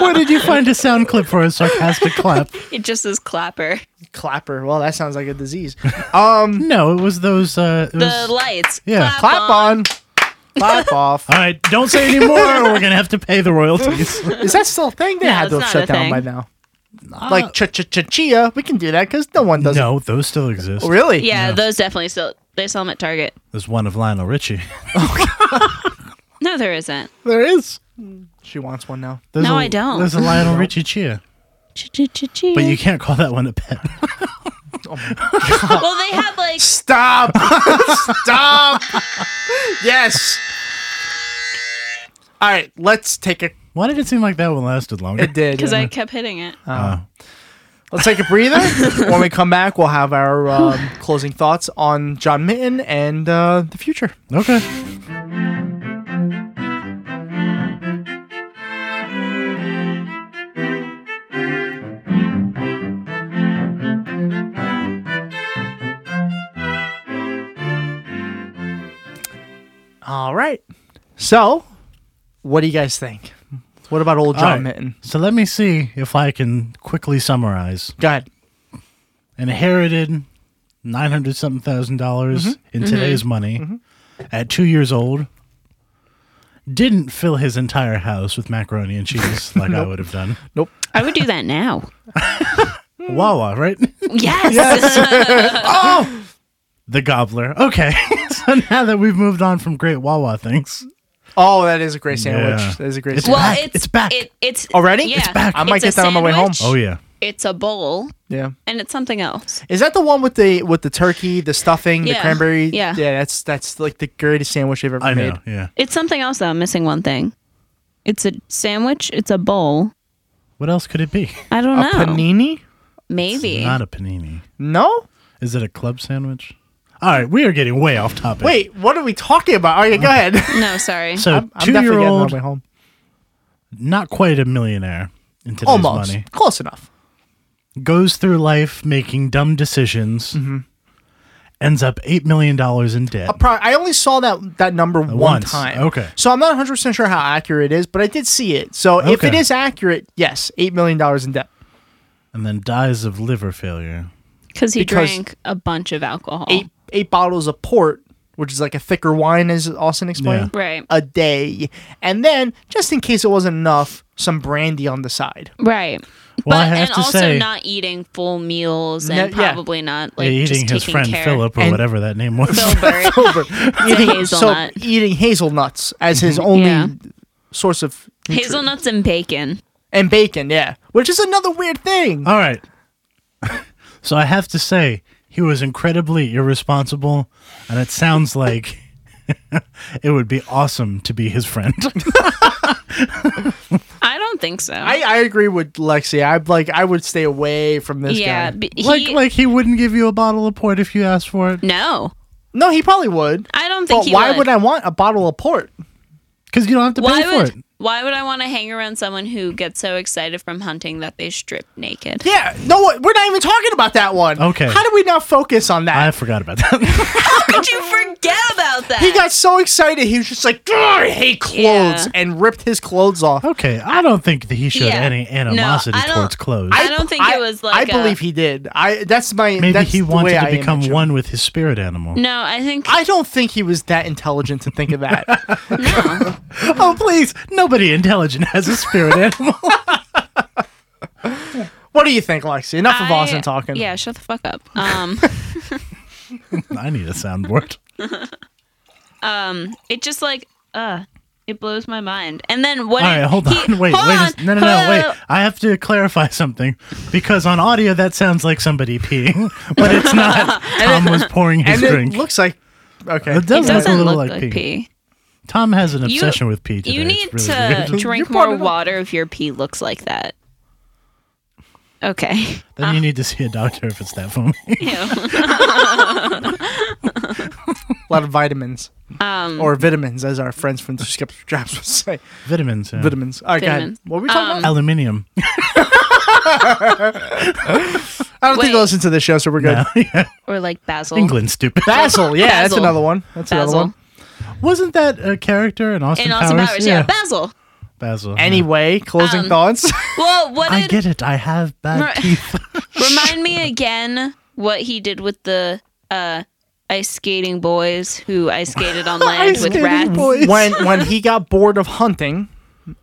Speaker 5: Where did you find a sound clip for a sarcastic clap?
Speaker 4: It just is clapper.
Speaker 3: Clapper. Well, that sounds like a disease. Um,
Speaker 5: No, it was those. Uh, it
Speaker 4: The
Speaker 5: was,
Speaker 4: lights.
Speaker 5: Yeah.
Speaker 3: Clap on. Clap off.
Speaker 5: all right, don't say anymore. or we're gonna have to pay the royalties.
Speaker 3: Is that still a thing? They
Speaker 4: No,
Speaker 3: had
Speaker 4: it's
Speaker 3: to have
Speaker 4: not
Speaker 3: shut
Speaker 4: a
Speaker 3: down
Speaker 4: thing. Oh.
Speaker 3: by now. Like ch ch ch chia, we can do that because no one does. it.
Speaker 5: Uh, no, those still exist.
Speaker 3: Oh, really?
Speaker 4: Yeah, those definitely still. They sell them at Target.
Speaker 5: There's one of Lionel Richie.
Speaker 4: No, there isn't.
Speaker 5: There is.
Speaker 3: She wants one now.
Speaker 5: There's
Speaker 4: No,
Speaker 5: I
Speaker 4: I don't.
Speaker 5: There's a Lionel Richie cheer, but you can't call that one a pet.
Speaker 4: well, they have like
Speaker 3: Stop! Stop! yes. All right, let's take a.
Speaker 5: Why did it seem like that one lasted longer?
Speaker 3: It did.
Speaker 4: because I kept hitting it.
Speaker 3: Uh, Let's take a breather. when we come back, we'll have our um, closing thoughts on John Mitten and uh, the future.
Speaker 5: Okay.
Speaker 3: All right. So, what do you guys think? What about old John
Speaker 5: All right.
Speaker 3: Mitten?
Speaker 5: So let me see if I can quickly summarize.
Speaker 3: Go ahead.
Speaker 5: inherited nine hundred something thousand dollars
Speaker 3: Mm-hmm.
Speaker 5: in today's
Speaker 4: Mm-hmm.
Speaker 5: money at two years old. Didn't fill his entire house with macaroni and cheese like I would have done.
Speaker 3: Nope.
Speaker 4: I would do that now.
Speaker 5: Wawa, right?
Speaker 4: Yes.
Speaker 5: the gobbler. Okay. so now that we've moved on from great Wawa things.
Speaker 3: Oh, that is a great sandwich.
Speaker 5: Yeah.
Speaker 3: That is a great
Speaker 5: It's
Speaker 3: sandwich.
Speaker 5: back. It's back.
Speaker 4: It, it's
Speaker 3: Already?
Speaker 4: Yeah.
Speaker 3: It's back. I might
Speaker 4: a
Speaker 3: get that on my way home.
Speaker 4: sandwich,
Speaker 5: Oh yeah.
Speaker 4: It's a bowl
Speaker 3: Yeah.
Speaker 4: and it's something else.
Speaker 3: Is that the one with the with the turkey, the stuffing, the
Speaker 4: Yeah.
Speaker 3: cranberry?
Speaker 4: Yeah.
Speaker 3: yeah. That's that's like the greatest sandwich they've ever
Speaker 5: I know.
Speaker 3: made.
Speaker 5: Yeah.
Speaker 4: It's something else though. I'm missing one thing. It's a sandwich. It's a bowl.
Speaker 5: What else could it be?
Speaker 4: I don't
Speaker 3: A
Speaker 4: know.
Speaker 3: panini?
Speaker 4: Maybe.
Speaker 5: Not a panini.
Speaker 3: No.
Speaker 5: Is it a club sandwich? All right, we are getting way off topic.
Speaker 3: Wait, what are we talking about? All right, go ahead.
Speaker 4: no, sorry.
Speaker 5: So
Speaker 3: I'm, I'm
Speaker 5: two
Speaker 3: definitely
Speaker 5: year
Speaker 3: getting on my
Speaker 5: old,
Speaker 3: way home.
Speaker 5: not quite a millionaire in today's
Speaker 3: Almost
Speaker 5: money.
Speaker 3: close enough.
Speaker 5: goes through life making dumb decisions,
Speaker 3: Mm-hmm.
Speaker 5: ends up eight million dollars in debt.
Speaker 3: Pro- I only saw that that number one
Speaker 5: Once.
Speaker 3: time.
Speaker 5: Okay.
Speaker 3: So I'm not 100 percent sure how accurate it is, but I did see it. So if it
Speaker 5: Okay.
Speaker 3: is accurate, yes, eight million dollars in debt.
Speaker 5: and then dies of liver failure.
Speaker 4: Because he
Speaker 3: because-
Speaker 4: drank a bunch of alcohol.
Speaker 3: Eight eight bottles of port, which is like a thicker wine, as Austin explained.
Speaker 4: Right.
Speaker 3: a day. And then, just in case it wasn't enough, some brandy on the side.
Speaker 4: Right.
Speaker 5: Well,
Speaker 4: but
Speaker 5: I have
Speaker 4: and
Speaker 5: to
Speaker 4: also
Speaker 5: say,
Speaker 4: not eating full meals
Speaker 3: No,
Speaker 4: and
Speaker 3: yeah.
Speaker 4: probably not like
Speaker 5: eating
Speaker 4: just
Speaker 5: his
Speaker 4: taking
Speaker 5: friend
Speaker 4: care.
Speaker 5: Philip or
Speaker 3: And-
Speaker 5: whatever that name was.
Speaker 4: Filbert.
Speaker 3: Over. eating,
Speaker 4: hazelnut.
Speaker 3: So, eating hazelnuts as his
Speaker 5: Mm-hmm.
Speaker 3: only
Speaker 4: Yeah.
Speaker 3: source of. nutrient.
Speaker 4: Hazelnuts and bacon.
Speaker 3: And bacon, yeah. Which is another weird thing.
Speaker 5: All right. so I have to say he was incredibly irresponsible, and it sounds like. it would be awesome to be his friend.
Speaker 4: I don't think so.
Speaker 3: I, I agree with Lexi. I'd like I would stay away from this
Speaker 4: yeah.
Speaker 3: guy.
Speaker 4: b- He,
Speaker 5: like like he wouldn't give you a bottle of port if you asked for it.
Speaker 4: no.
Speaker 3: No, he probably would.
Speaker 4: I don't think
Speaker 3: But
Speaker 4: he
Speaker 3: why
Speaker 4: would.
Speaker 3: would I want a bottle of port?
Speaker 5: Because you don't have to
Speaker 4: Why
Speaker 5: pay for
Speaker 4: would-
Speaker 5: it.
Speaker 4: Why would I want to hang around someone who gets so excited from hunting that they strip naked?
Speaker 3: Yeah, no, we're not even talking about that one.
Speaker 5: Okay.
Speaker 3: How do we not focus on that?
Speaker 5: I forgot about that.
Speaker 4: How could you forget about that?
Speaker 3: he got so excited, he was just like, "Grr, I hate clothes,
Speaker 4: Yeah.
Speaker 3: and ripped his clothes off.
Speaker 5: okay, I don't think that he showed
Speaker 4: Yeah.
Speaker 5: any
Speaker 4: No,
Speaker 5: animosity
Speaker 4: I don't-
Speaker 5: towards clothes.
Speaker 4: I don't think it was like
Speaker 3: I
Speaker 4: a-
Speaker 3: believe he did. I that's my
Speaker 5: Maybe
Speaker 3: that's
Speaker 5: he
Speaker 3: the
Speaker 5: wanted
Speaker 3: way
Speaker 5: to
Speaker 3: I
Speaker 5: become
Speaker 3: image him.
Speaker 5: one with his spirit animal.
Speaker 4: no, I think
Speaker 3: I don't think he was that intelligent to think of that.
Speaker 5: Oh, please. Nobody intelligent has a spirit animal.
Speaker 3: what do you think, Lexi? Enough of
Speaker 4: I-
Speaker 3: Austin talking.
Speaker 4: Yeah, shut the fuck up. Um,
Speaker 5: I need a soundboard.
Speaker 4: it just like, uh, it blows my mind. And then what?
Speaker 5: All right,
Speaker 4: did-
Speaker 5: hold
Speaker 4: he-
Speaker 5: on. Wait,
Speaker 4: hold
Speaker 5: wait. a
Speaker 4: on,
Speaker 5: s- no, no, no.
Speaker 4: hold
Speaker 5: Wait. I have to clarify something because on audio that sounds like somebody peeing, but it's not. Tom was pouring his
Speaker 3: And it
Speaker 5: drink.
Speaker 3: looks like okay.
Speaker 5: it
Speaker 4: on. It
Speaker 5: does look a
Speaker 4: doesn't
Speaker 5: little
Speaker 4: look
Speaker 5: like,
Speaker 4: like,
Speaker 5: pee.
Speaker 4: pee.
Speaker 5: Tom has an
Speaker 4: You-
Speaker 5: obsession with pee. Today.
Speaker 4: You
Speaker 5: It's
Speaker 4: need
Speaker 5: really
Speaker 4: to
Speaker 5: weird.
Speaker 4: drink
Speaker 3: You brought
Speaker 4: more
Speaker 3: it up.
Speaker 4: water if your pee looks like that. Okay.
Speaker 5: then you need to see a doctor if it's that foamy.
Speaker 4: Ew.
Speaker 3: a lot of vitamins.
Speaker 4: Um,
Speaker 3: or vitamins, as our friends from the Skip Jobs would say.
Speaker 5: Vitamins. Yeah.
Speaker 3: Vitamins. All right, go ahead.
Speaker 4: Vitamins.
Speaker 3: What were we talking about?
Speaker 5: Aluminium.
Speaker 3: I don't think they
Speaker 4: wait.
Speaker 3: listen to this show, so we're good.
Speaker 5: No, yeah.
Speaker 4: or like basil.
Speaker 5: England, stupid.
Speaker 3: Basil, yeah, that's
Speaker 4: Basil.
Speaker 3: another one. That's another
Speaker 4: Basil.
Speaker 3: one.
Speaker 5: Wasn't that a character in Austin
Speaker 4: In Austin
Speaker 5: Powers?
Speaker 4: Powers, yeah. Basil.
Speaker 5: Basil. yeah.
Speaker 3: Anyway, closing
Speaker 4: Um,
Speaker 3: thoughts.
Speaker 4: Well, what
Speaker 5: I
Speaker 4: did-
Speaker 5: get it. I have bad
Speaker 4: Right.
Speaker 5: teeth.
Speaker 4: Remind me again what he did with the uh, ice skating boys who ice skated on land with rats.
Speaker 3: when when he got bored of hunting,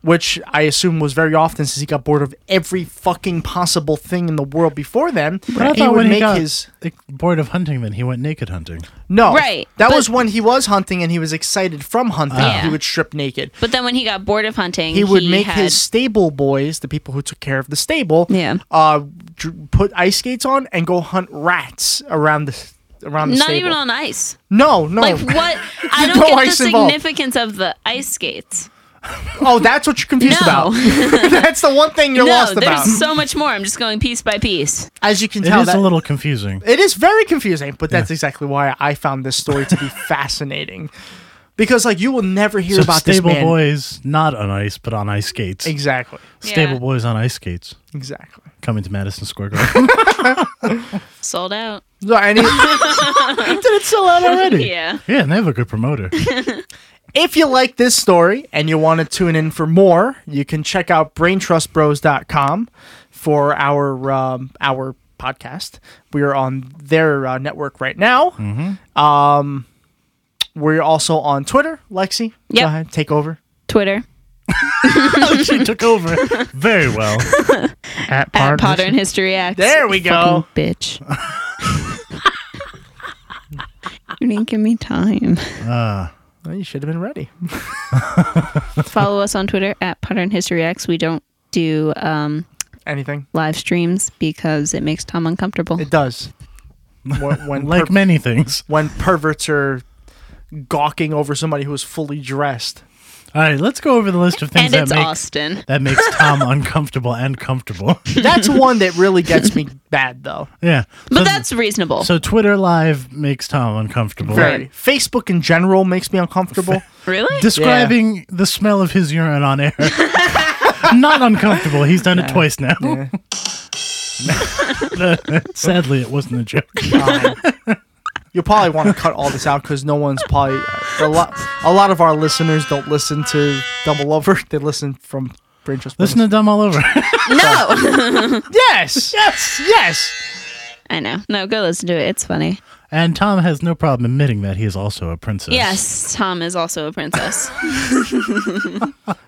Speaker 3: which I assume was very often since he got bored of every fucking possible thing in the world before then,
Speaker 5: But I
Speaker 3: he
Speaker 5: thought
Speaker 3: would
Speaker 5: when
Speaker 3: make
Speaker 5: he got
Speaker 3: his
Speaker 5: like, bored of hunting, then he went naked hunting.
Speaker 3: no
Speaker 4: Right,
Speaker 3: That
Speaker 4: but-
Speaker 3: was when he was hunting and he was excited from hunting.
Speaker 4: Yeah.
Speaker 3: He would strip naked.
Speaker 4: But then when he got bored of hunting,
Speaker 3: He would make
Speaker 4: had,
Speaker 3: his stable boys, the people who took care of the stable,
Speaker 4: Yeah.
Speaker 3: uh, dr- put ice skates on and go hunt rats around the around the
Speaker 4: not
Speaker 3: stable.
Speaker 4: even on ice.
Speaker 3: no, no.
Speaker 4: Like what? I don't
Speaker 3: No
Speaker 4: get the
Speaker 3: ice involved.
Speaker 4: significance of the ice skates.
Speaker 3: oh, that's what you're confused
Speaker 4: No.
Speaker 3: about. that's the one thing you're
Speaker 4: no,
Speaker 3: lost
Speaker 4: there's
Speaker 3: about.
Speaker 4: so much more. I'm just going piece by piece.
Speaker 3: As you can
Speaker 5: It is
Speaker 3: tell, that,
Speaker 5: a little confusing.
Speaker 3: It is very confusing, but that's exactly why I found this story to be fascinating. Because like you will never hear
Speaker 5: So
Speaker 3: about
Speaker 5: stable
Speaker 3: this man.
Speaker 5: boys, not on ice, but on ice skates.
Speaker 3: Exactly.
Speaker 5: Stable
Speaker 4: Yeah.
Speaker 5: boys on ice skates
Speaker 3: Exactly.
Speaker 5: coming to Madison Square Garden.
Speaker 4: Sold out.
Speaker 3: So and it-
Speaker 5: Did it sell out already?
Speaker 4: Yeah.
Speaker 5: Yeah, and they have a good promoter.
Speaker 3: if you like this story and you want to tune in for more, you can check out braintrustbros.com for our um, our podcast. We are on their uh, network right now. Um, we're also on Twitter. Lexi, go
Speaker 4: Yep.
Speaker 3: ahead, take over.
Speaker 4: Twitter
Speaker 5: she took over very well.
Speaker 3: At
Speaker 4: at Potter and History Acts.
Speaker 3: There we go.
Speaker 4: Fucking bitch. you didn't give me time.
Speaker 3: Well, you should have been ready.
Speaker 4: Follow us on Twitter at Potter and History X. We don't do um,
Speaker 3: Anything.
Speaker 4: live streams because it makes Tom uncomfortable.
Speaker 3: It does. When, when,
Speaker 5: Like
Speaker 3: per-
Speaker 5: many things.
Speaker 3: when perverts are gawking over somebody who is fully dressed.
Speaker 5: All right, let's go over the list of things
Speaker 4: and
Speaker 5: that
Speaker 4: it's
Speaker 5: make
Speaker 4: Austin.
Speaker 5: that makes Tom uncomfortable and comfortable.
Speaker 3: That's one that really gets me bad, though.
Speaker 5: Yeah,
Speaker 4: But
Speaker 5: So-
Speaker 4: that's reasonable.
Speaker 5: so Twitter Live makes Tom uncomfortable.
Speaker 3: Very. Facebook in general makes me uncomfortable.
Speaker 4: really?
Speaker 5: Describing the smell of his urine on air. Not uncomfortable. He's done it twice now. Sadly, it wasn't a joke.
Speaker 3: Um, you'll probably want to cut all this out because no one's probably a lot. A lot of our listeners don't listen to Double Over. They listen from Brain Trust.
Speaker 5: Listen to Dumb All Over.
Speaker 4: no.
Speaker 3: yes, yes, yes.
Speaker 4: I know. No, go listen to it. It's funny.
Speaker 5: And Tom has no problem admitting that he is also a princess.
Speaker 4: Yes, Tom is also a princess.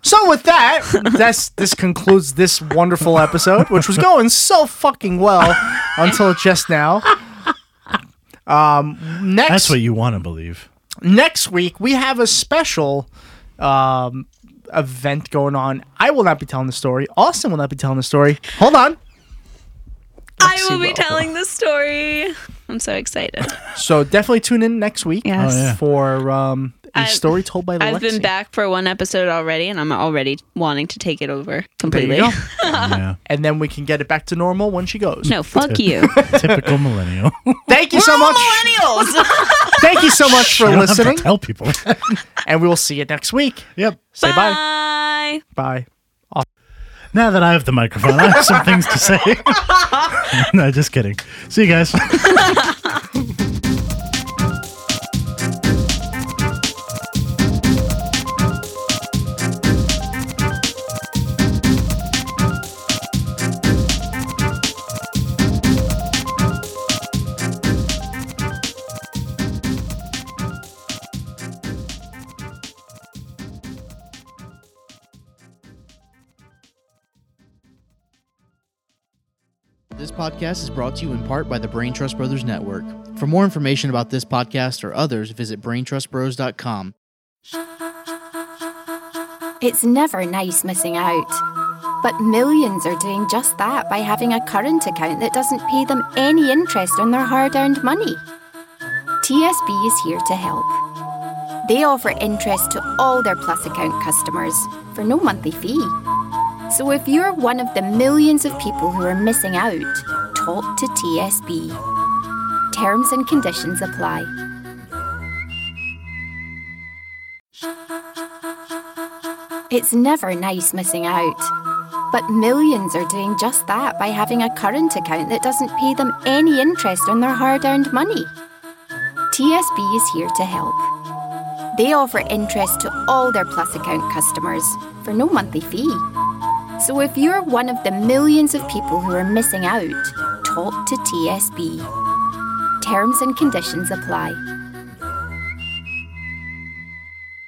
Speaker 3: So with that, that's this concludes this wonderful episode, which was going so fucking well until just now. Um, next
Speaker 5: That's what you want to believe.
Speaker 3: next week we have a special um, event going on. I will not be telling the story. Austin will not be telling the story. Hold on.
Speaker 4: I will
Speaker 3: see
Speaker 4: be
Speaker 3: what-
Speaker 4: telling the story. I'm so excited.
Speaker 3: So definitely tune in next week
Speaker 4: Yes.
Speaker 5: Oh, yeah.
Speaker 3: for um, a
Speaker 4: I've-
Speaker 3: story told by Lexi.
Speaker 4: I've been back for one episode already, and I'm already wanting to take it over completely.
Speaker 3: go.
Speaker 5: yeah.
Speaker 3: and then we can get it back to normal when she goes.
Speaker 4: No, fuck you.
Speaker 5: Typical millennial.
Speaker 3: Thank you so much.
Speaker 4: Millennials.
Speaker 3: Thank you so much for
Speaker 5: You don't have to
Speaker 3: listening,
Speaker 5: Tell people.
Speaker 3: and we will see you next week.
Speaker 5: yep.
Speaker 3: Say bye.
Speaker 4: Bye. Bye.
Speaker 3: Bye.
Speaker 5: Now that I have the microphone, I have some things to say. no, just kidding. See you guys.
Speaker 6: This podcast is brought to you in part by the Brain Trust Brothers Network. For more information about this podcast or others, visit braintrustbros.com.
Speaker 1: It's never nice missing out. But millions are doing just that by having a current account that doesn't pay them any interest on their hard earned money. TSB is here to help. They offer interest to all their Plus account customers for no monthly fee. So if you're one of the millions of people who are missing out, talk to TSB. Terms and conditions apply. It's never nice missing out. But millions are doing just that by having a current account that doesn't pay them any interest on their hard earned money. TSB is here to help. They offer interest to all their Plus account customers for no monthly fee. So if you're one of the millions of people who are missing out, talk to TSB. Terms and conditions apply.